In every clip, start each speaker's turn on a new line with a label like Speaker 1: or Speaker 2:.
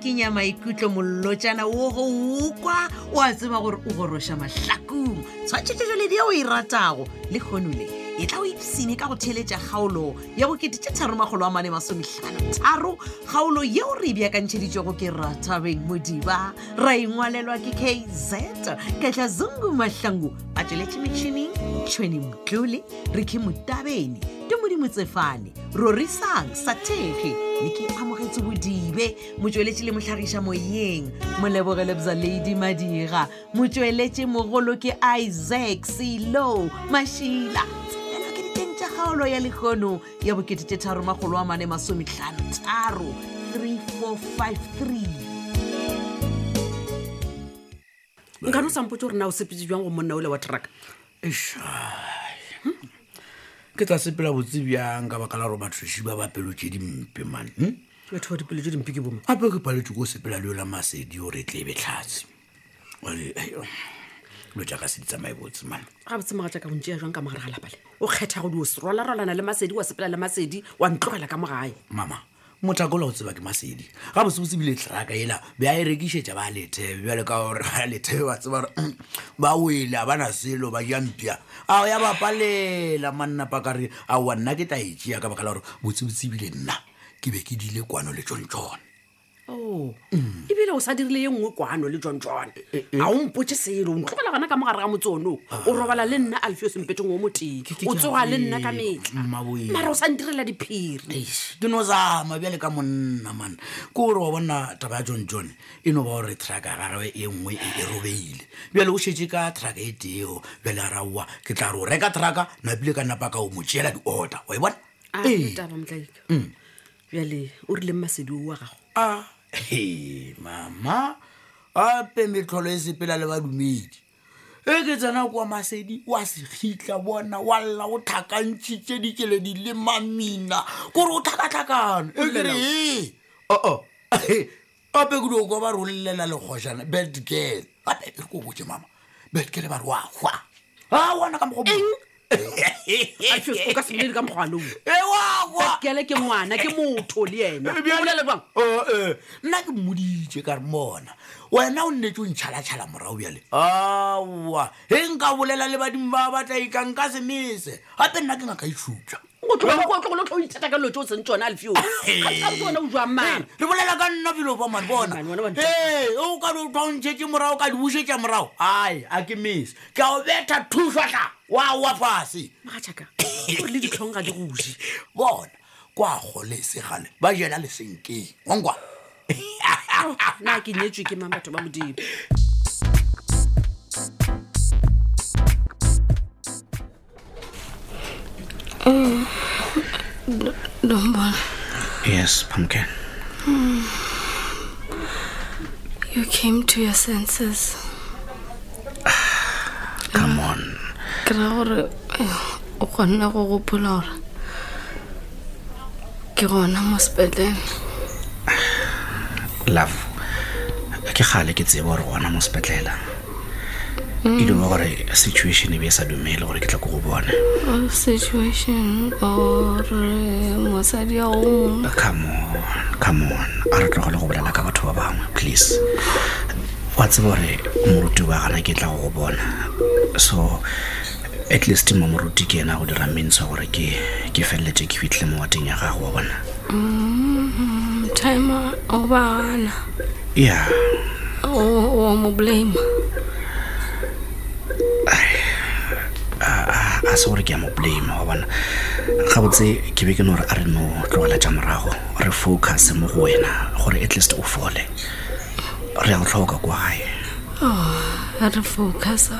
Speaker 1: kenya maikutlo mollotšana wo go ukwa o a tseba gore o goroša mahlakong tshwantšhetšetšoledi ye o e ratago le kgonole e tla o ipsene ka go theletša kgaolo ya bokete tše tharomagolo a mane masometlhanotharo kgaolo yeo re e beakantšheditšego ke ratabeng modiba ra engwalelwa ke kz ketla zungu mahlangu a tsweletše metšhineng tšhweni mtlole re ke motabeni ke modimotsefane rorisang sathege le ke amogetse bodibe motsweletše le mohlagiša moyeng molebogelebza ladi madira motsweletše mogolo ke isaac selo mašila tsepelwa ke diteng tša kgaolo ya lekgono ya boketete tharomagolo a mane masomehlano tharo 3453 nka no sampotse gore na o sepetse jang go monna ole wa traka
Speaker 2: Eish, ke tla sepela botse bjang ka baka la gore bathoši ba bapelo tse dimpe mane hm?
Speaker 1: batho ba dipelo tse dimpe ke boma
Speaker 2: gape ke paletse ko sepela leo la masedi gore e tlebe tlhatse lo jaaka se di tsamaye botse mane
Speaker 1: gabotse moga jaaka bontsea jwang ka mogare ga lapale o kgetha go di o serwalarolana le masedi wa sepela le masedi wa ntlogela ka mogae
Speaker 2: mama mothakola go tseba ke masedi ga bosebotse bile traka ela be a e rekišetša ba lethebe bjale ka gore ba lethebe ba tseba gore mm, ba wele a bana selo ba ja mpia a ya bapalela mannapakare a wa nna ke tla etšea ka baka la gore botsebotse bile nna ke be ke dile kwano le tsontsone Oh.
Speaker 1: o Mm. ebile o sa dirile ye nngwe kwano le john john
Speaker 2: E,
Speaker 1: ga o mpotse selo o ntlogela gona ka mogare ga motsono o robala le nna alfio sempeteng o moteng
Speaker 2: Ah. ke- ke
Speaker 1: o
Speaker 2: a
Speaker 1: tsoga le nna ka
Speaker 2: tseba,
Speaker 1: metlha
Speaker 2: Mmabojela.
Speaker 1: mare o sa ntirela diphiri
Speaker 2: Eish, Mm, ke no zama bjale ka monna man ke gore wa bona taba ya john john e no ba gore traka gagwe e nngwe e e robeile bjale o šetse ka traka e teo bjale a raoa ke tla re o reka traka napile ka napa ka o mo tšeela di-order wa e bona
Speaker 1: a
Speaker 2: Ee.
Speaker 1: taba motlaika
Speaker 2: Mm.
Speaker 1: bjale o rileng masedi o wa gago
Speaker 2: a he mama gape metlholo e sepela le badumedi e ke tsena kwa masedi wa sekgitla bona wa lla o tlhakantšhitše dikeledi le mamina kore o tlhakatlhakana e kere e oo gape ke diko ba re o llela lekgošana bedgale gape e re ko botse mama bedgale ba re wa hwa a wana ka mogo
Speaker 1: alfio o ka selele ka mogwanong
Speaker 2: e wa hwa
Speaker 1: kele ke ngwana ke motho le ena
Speaker 2: Eh, bjale-
Speaker 1: bolele bang
Speaker 2: Oh, eh, nna ke mmoditše ka re mona wena o nnetse o ntšhalatšhala morago bjale aa ge nka bolela le badimo ba batlaika nka semese gape nna ke ngaka itšhutša
Speaker 1: o tlogole tlho o ithata ka lelo tse o seng tsone alfio gae tsone o jwang mana
Speaker 2: le bolela ka nna felo fa mane bona
Speaker 1: Man, wena wa ntšha-
Speaker 2: ee o ka di tla o ntšhetse morago ka di bušetša morago ai a ke mese ke a o betha thušwatla wa wa fase
Speaker 1: magatšhaka gore le ditlhong ga di goje
Speaker 2: bona kwa kgole e segale ba jela lesenkeng wankwa
Speaker 1: Oh, na ke nyetswe ke mang batho ba modimo
Speaker 3: Nombolo,
Speaker 4: yes pumpkin
Speaker 3: Hmm. you came to your senses.
Speaker 4: come on
Speaker 3: Ke ra gore eh, o kgonne go gopola gore ke gona mo sepetlele.
Speaker 4: love ke kgale ke tseba gore gona mo sepetlela
Speaker 3: Hmm.
Speaker 4: e dume gore situation e be e sa dumele gore ke tla ko go bone
Speaker 3: Oh, Situation or eh, mosadi a o mongwe.
Speaker 4: come on come on a re tlogele go bolela ka batho ba bangwe please wa tseba gore moruti wa gana ke tla go go bona so at least mo moruti ke ena a go dira mentsha gore ke ke feleletse ke fitlhile mo wateng ya gago wa bona
Speaker 3: Hmm, time hmm. o ba gana
Speaker 4: yeah
Speaker 3: o o mo blame.
Speaker 4: Ah, a se gore ah, ke a mo blame wa bona gabotse ke be ke no gore a re no tlogela tša morago re focus mo go wena gore at least o fole re a go tlhoka kwa gae
Speaker 3: Oh, Ha re focusa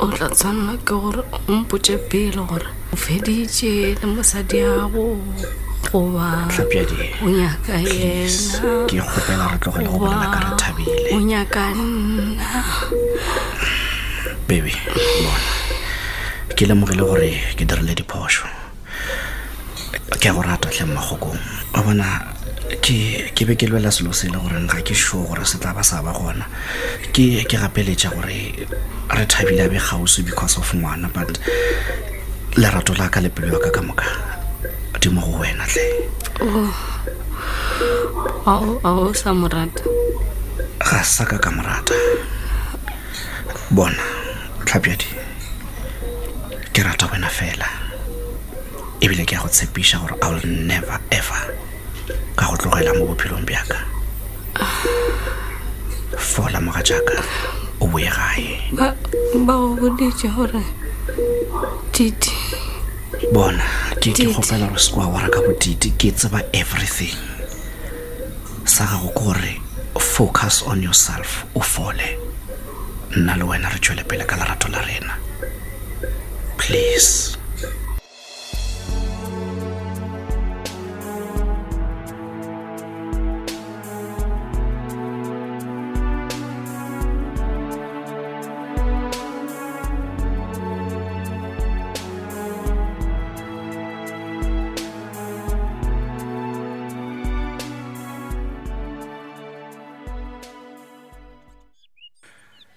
Speaker 3: o tla tshwanela ke gore o mpotse pele gore o feditse le mosadi ago goba o
Speaker 4: tlhapjadi
Speaker 3: nyaka yena.
Speaker 4: ke kgopela re tlogele go bolela ka re
Speaker 3: o
Speaker 4: thabile
Speaker 3: nyaka nna
Speaker 4: bebe bona ke lemogile gore ke dirile diphoso ke a go rata tlhe mmagokong wa bona ke ke be ke lwela selo se e le goreng ga ke sure gore se tla ba sa ba gona ke ke gapeletša gore re thabile a be kgauswi because of ngwana but lerato la ka le pelo ya ka ka moka di mo go wena tle
Speaker 3: o a o- a o Oh, sa morata
Speaker 4: ga sa ka ka morata bona tlhapjadi ke rata wena fela ebile ke a go tshepiša gore i will never ever ka go tlogela mo bophelong bjaka fola moga jaaka o boye gae
Speaker 3: ba ba go boditse gore tite
Speaker 4: bona ke ke
Speaker 3: Tete.
Speaker 4: kgopela gore sekwa wa raka botite ke tseba everything sa gago ke gore focus on yourself o fole nna le wena re tswele pele ka lerato la rena please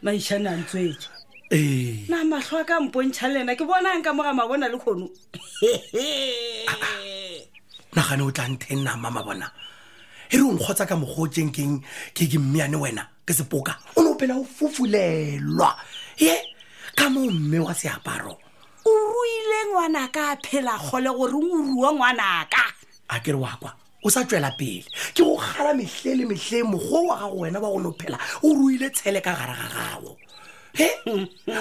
Speaker 5: maišane a ntswetse
Speaker 4: ee
Speaker 5: na matlho a ka mpontšha le ena ke bonang ka moga mabona le kgono
Speaker 6: nagane o tla nthe nna mama bona e re o nkgotsa ka mogotseng keng ke ke mmeane wena ke sepoka o ne o phela o fofulelwa ye ka moo mme wa seaparo
Speaker 5: o ruile ngwanaka a phela kgole gore o rua ngwanaka
Speaker 6: a ke re wa kwa o sa tswela pele ke go gala mehle le mehle mogo wa gago wena ba go no phela o ruile tshele ka gare ga gago he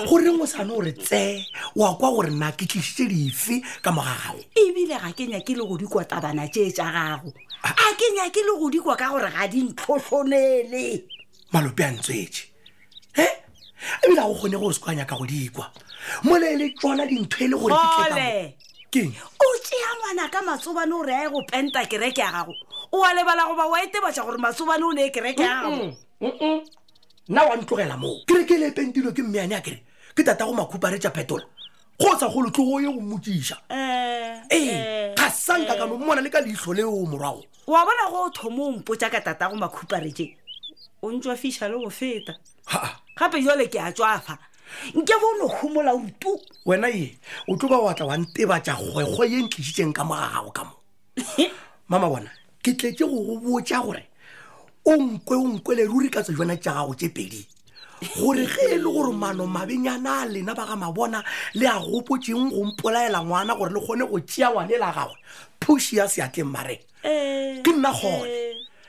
Speaker 6: goreng o sane o re tsee wa kwa gore na ke tlisitse dife ka moga gago
Speaker 5: ebile ga ke nyake le go dikwa tabana tšee tša gago a ke nyake le go dikwa ka gore ga dintlhotlhonele
Speaker 6: malope a ntswetse he ebile ga go kgone go se kwanya ka go dikwa mole e le tsona dintho e le gore ke tle ka mo-
Speaker 5: kgole
Speaker 6: keng
Speaker 5: o tšea ngwana ka matsobane o re a ye go penta kereke ya gago o a lebala goba wa etebatša gore matsobane o ne e kereke ya gago
Speaker 6: nna wa ntlogela moo kere ke le pentilo ke mmeane a kere ke tata go makhupare tša phetola go sa golo tlogo ye go mmotsiša
Speaker 2: Eh.
Speaker 5: um
Speaker 6: ee ga sanka ka mo mmona le ka leitlho leo morago
Speaker 5: wa bona go o thomo o mpotsa ka tata go makhupare tse o ntswa fiša le go feta
Speaker 6: haa
Speaker 5: gape jale ke a tswafa nke bone gomola otu
Speaker 6: wena ye o tlo ba watla wa nteba tša kgwekgwe ye ntlisitseng ka moga gago ka mo mama bona ke tletse go go botja gore o nkwe o nkwele ruri ka tsejona tša gago tše pedi gore ge e le gore mano mabenyana a lena ba ga mabona le a gopotseng go mpolaela ngwana gore le kgone go tšea ngwane la gagwe phuši ya seatleng mareng ke nna gone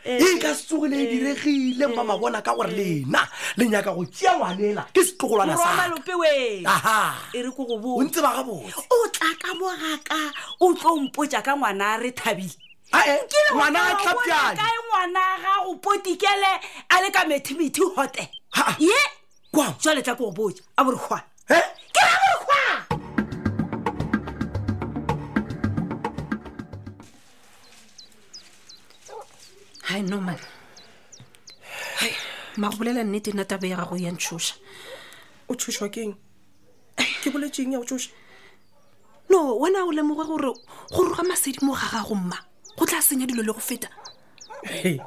Speaker 6: e ka se tsogile e diregile mama bona ka gore lena le nyaka go tšea ngwanela ke setlogolwana sa
Speaker 5: romalope we
Speaker 6: aha
Speaker 5: e re ko go
Speaker 6: o
Speaker 5: bone
Speaker 6: ntse ba gabotse
Speaker 5: o tla ka mogaka o tlo mpotsa Ah, ka ngwana a re thabile
Speaker 6: Ae,
Speaker 5: Ke re
Speaker 6: ngwana
Speaker 5: wa
Speaker 6: a
Speaker 5: bona
Speaker 6: tlhapjane
Speaker 5: kae ngwana ga go potikele a le ka mathemity hotel
Speaker 6: Ha.
Speaker 5: ye
Speaker 6: kwang
Speaker 5: jale tla ko go botsa a borekgwa
Speaker 6: e
Speaker 5: ke ra borekgwa
Speaker 3: hai norman hai mago bolela nnete nna taba ya gago ya ntshoša
Speaker 7: o tshošwa ke eng ke boletseng ya go tshoša
Speaker 3: no wena o lemoga gore go roga masedi mo ga gago mma go tla senya dilo le go feta
Speaker 7: Hei,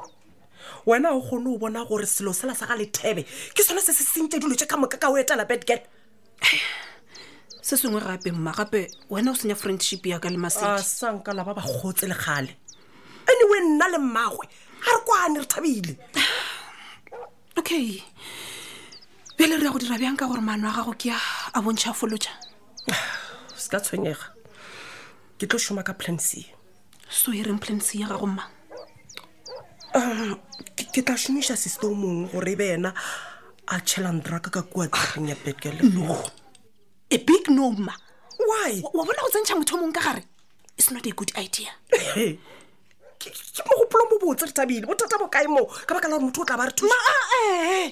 Speaker 7: wena o kgone o bona gore selo sela sa ga lethebe ke sone se se sentse dilo tse ka moka ka o etela bedget
Speaker 3: se sengwe gape mma gape wena o senya friendship yaka le masedi
Speaker 7: sanka la Ah, ba ba kgotse le gale anyway nna le mmagwe ga re kwane re thabile
Speaker 3: okay pele re ya go dira bjang ka gore maano a gago ke a- a bontšha folotša
Speaker 7: se ka tshwenyega ke tlo šoma ka plan c
Speaker 3: so e reng plan c ya gago mma
Speaker 7: Um, ke ke tla šomiša siste o mongwe gore e be ena a tšhelandraka ka kua tsaring ya bedgele
Speaker 3: Mm-hmm. a big no mma
Speaker 7: why
Speaker 3: wa bona go tsentšha motho o mongwe ka gare it's not a good idea
Speaker 7: Hey, ke ke mogopolo mo botse re thabile bothata bo kae moo ka baka la gore motho o tla ba re thusa
Speaker 3: ee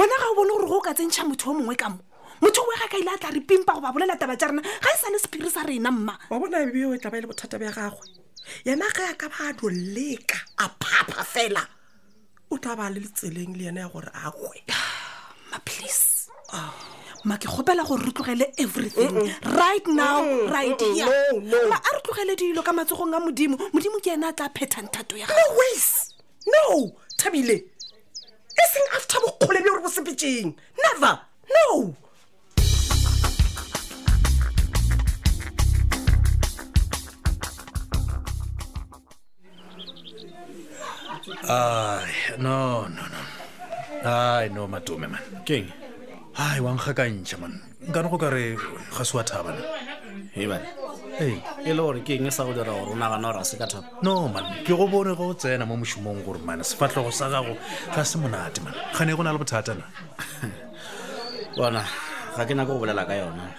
Speaker 3: wena ga o bone gore go o ka tsentšha motho o mongwe ka mo motho o ga ka ile a tla re pimpa go ba bolela taba tja rena ga e sa le sephiri sa rena mma
Speaker 7: wa bona ebeo e tla ba e le bothata bja gagwe yena ge a ka ba a do leka a phapha fela o tla ba a le letseleng le yena ya gore a kwe
Speaker 3: ma please ma ke kgopela gore re tlogele everything right now right here
Speaker 7: no, no.
Speaker 3: ma a re tlogele dilo ka matsogong a modimo modimo ke ena a tla phethang thato ya
Speaker 7: no ways no thabile e seng after bokgole bjo gore bo sepetseng never no
Speaker 8: ai no no no ai no matome man keng ai wa nkga ka ntšha man nkane go kare ga se wa Ee, thabana
Speaker 9: ebane
Speaker 8: ei
Speaker 9: e le gore ke eng e sa go dira gore o nagana gore a se ka thapa
Speaker 8: no man ke go bone go tsena mo mošomong gore man sefatlhogo sa gago ga se monate man gane go na le bothata na
Speaker 9: bona ga ke nako go bolela ka yona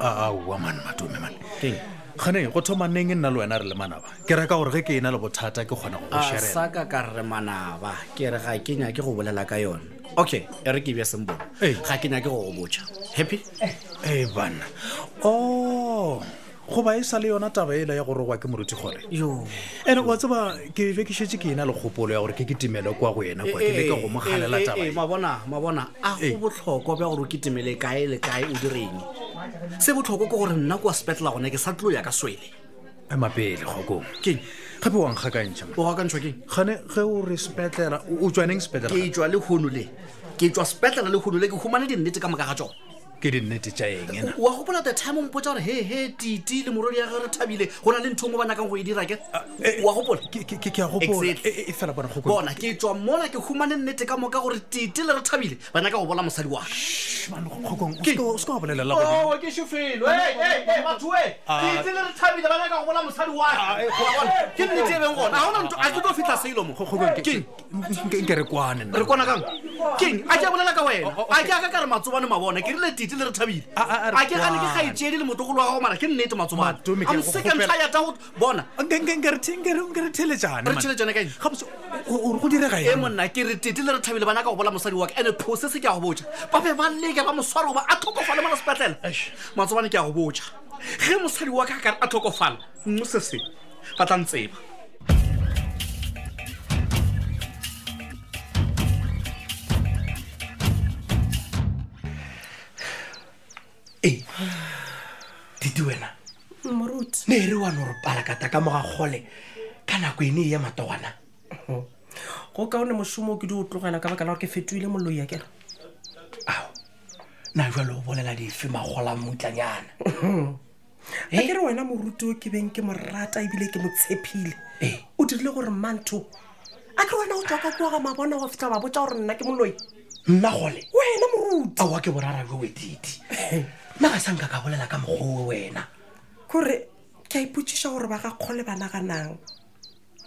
Speaker 8: aowa man matome man
Speaker 9: keng
Speaker 8: gane go thoma neng e nna le wena re le manaba ke reka gore ge ke e na le bothata ke kgona go go
Speaker 9: a
Speaker 8: sharela
Speaker 9: saka ka re manaba ke re ga ke nyake go bolela ka yona okay e re ke bea sembone
Speaker 8: Ee.
Speaker 9: ga ke nyake go go botja happy
Speaker 8: e banna o goba e sa le yona taba ela ya go rogwa ke moruti gore
Speaker 9: yo
Speaker 8: ande wa tseba ke be ke šetse ke e na le kgopolo ya gore ke ketemele kwa go ena kwa ke leke go mogalela
Speaker 9: Eh, eh,
Speaker 8: taba e.
Speaker 9: eh, mabona mabona a
Speaker 8: Ee.
Speaker 9: go botlhokwa bja gore o ketemele kae le kae o direng se botlhokwa ke gore nna kwa sepetlela gona ke sa tlo ya ka swele
Speaker 8: E mapele kgokong
Speaker 9: keng
Speaker 8: gape wa nkga ka ntšha
Speaker 9: o gakantšhwa keng
Speaker 8: gane ge o re sepetlela o tswaneng sepetlela
Speaker 9: ke tswa lehono le ke tswa sepetlela lehono le ke humane dinnete ka moka ga tsona
Speaker 8: ke dinnete tša eng ena
Speaker 9: wa gopola the time o mpotsa gore he he titi le morodi ya gare thabile go na le ntho ngwe ba nyakang go e dira ke wa gopola
Speaker 8: Ah, eh, Ke- ke- ke ke a gopola
Speaker 9: Exactly.
Speaker 8: Eh, eh, e fela bona kgokong
Speaker 9: bona ke tswa mola ke humane nnete ka moka gore titi le re thabile ba nyaka go bola mosadi wa
Speaker 8: kgokong o seke- o seke wa bolelela Ah. gore
Speaker 9: Oh, ke šofelo batho e tite le re thabile ba nyaka go bola mosadi
Speaker 8: Ah,
Speaker 9: wa
Speaker 8: eh,
Speaker 9: ke nnete e beng gona ga gona ntho a ke tlo fitlha selo mo
Speaker 8: Kgokong, ke-
Speaker 9: keng
Speaker 8: ke- ke- ke re kwane nna.
Speaker 9: re kwana kang keng a ke a bolela ka wena
Speaker 8: Oh,
Speaker 9: a ke aka ka re matsobane mabone ke rile tite le re thabile
Speaker 8: A- a- a re
Speaker 9: a ke gane ke
Speaker 8: kwana.
Speaker 9: gaetsedi le motlogolo wa gago mara ke nnete matsobane
Speaker 8: Matome, ah, ke a go
Speaker 9: amse ka
Speaker 8: kgopela.
Speaker 9: ntlha ya tago bona
Speaker 8: Nke- nke- nke re the- nke re- nke re theletšane,
Speaker 9: Re
Speaker 8: man.
Speaker 9: theletšane kaeng?
Speaker 8: Gabotse, o- o re go direga
Speaker 9: e
Speaker 8: eng?
Speaker 9: monna ke re tete le re thabile bana ka go bola mosadi wa ka ande phose se ke a go botja ba be ba leka ba mosware goba a tlhokofale mola sepetlela matsobane ke a go botja ge mosadi wa ka a kare a tlhokofala mmo sese ba tla ntseba
Speaker 6: ee dite wena
Speaker 5: moruti
Speaker 6: ne e re wane gore palakata ka moga kgole ka nako ene e ya matowana
Speaker 7: go kaone mošomo o ke di o tlogela ka baka la gore ke fetoile moloi ya kere
Speaker 6: ao na jalo o bolela dife magola mmutlanyana
Speaker 7: a ke re wena moruti o ke beng ke mo rata ebile ke mo tshepile
Speaker 6: Ee.
Speaker 7: o dirile gore mantho a ke wena o tswa ka kua ga mabona go fitlha ba botsa gore nna ke moloi
Speaker 6: nna gole
Speaker 7: wena moruti
Speaker 6: aowa ke borara jo wedite nna ga sanka ka bolela ka mokgoo wena
Speaker 7: kore ke a ipotsiša gore ba ga kgole ba naganang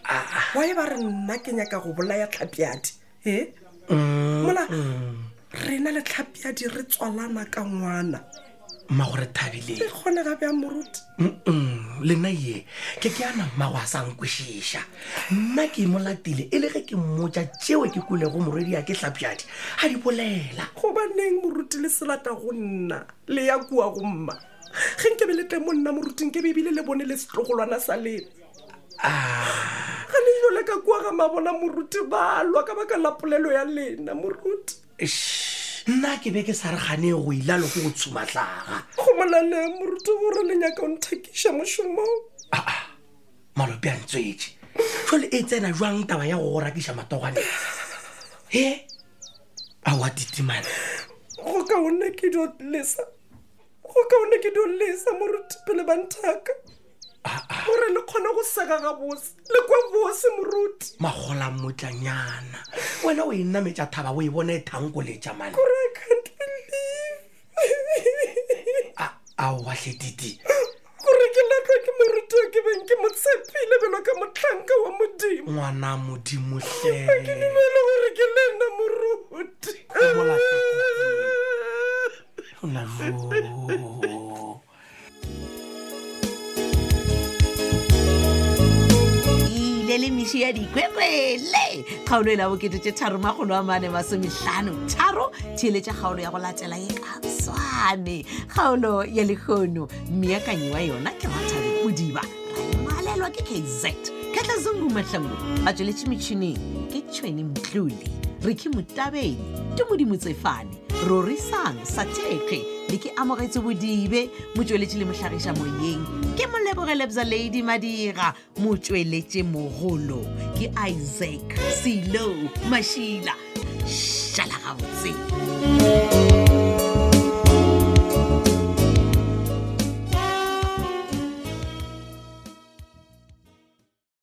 Speaker 6: Ah.
Speaker 7: wa e ba re nna ke nyaka go bolaya tlhapiadi e
Speaker 6: Mm.
Speaker 7: mola rena le tlhapiadi re tswalana ka ngwana
Speaker 6: mma gore
Speaker 7: e
Speaker 6: thabile
Speaker 7: kgone gape ya moruti
Speaker 6: Mm, le nna ye ke ke ana mma go a sa nkwešiša nna ke mo latile e le ge ke mmotja tšeo ke kulego morwedi ya ke tlhapjadi a di bolela
Speaker 7: gobaneng moruti le selata go nna le ya kua go mma ge nkebe le teng mo nna moruting ke bebile le bone le setlogolwana sa lena
Speaker 6: Ah.
Speaker 7: ga le jole ka kua ga mabona moruti ba lwa ka baka la polelo ya lena moruti
Speaker 6: Eish, nna ke be ke sa re gane go ila le go go tshumatlhaga
Speaker 7: go molale moruti gore le nyaka o nthakiša mošomong
Speaker 6: malope a ntswetse jale e tsena jwang taba ya go go rakiša matoganeng e aowa titimane
Speaker 7: go kaone ke dio lesa go kaone ke dio lesa moruti pele ba nthaka gore le kgone go seka ga bose le kwa bose moruti
Speaker 6: magola motlanyana wena o e nametša thaba o e bona e thankoletša mane
Speaker 7: gore i can't believe
Speaker 6: aowatlhetiti
Speaker 7: gore ke latlwa ke moruti o ke beng ke mo tshepile belo ka motlhanka wa modimo
Speaker 6: ngwana modimotle
Speaker 7: ke dumele gore ke le nna moruti
Speaker 1: ile le mešo ya dikwekwele kgaolo e la boketetše tharo magolo a mane masomehlano tharo theeletša kgaolo ya go latela e ka swane kgaolo ya lekgono mmeakanyi wa yona ke rathabe modiba rangwalelwa ke kz katla zungu mahlango a tsweletše metšhineng ke tšhweni mtlole reke motabeng ke modimo tsefane rorisang sathekge le ke amogetse bodibe motsweletše le mohlagiša moyeng ke molebogelebza ladi madira motsweletše mogolo ke isaac selo mašila šala gabotse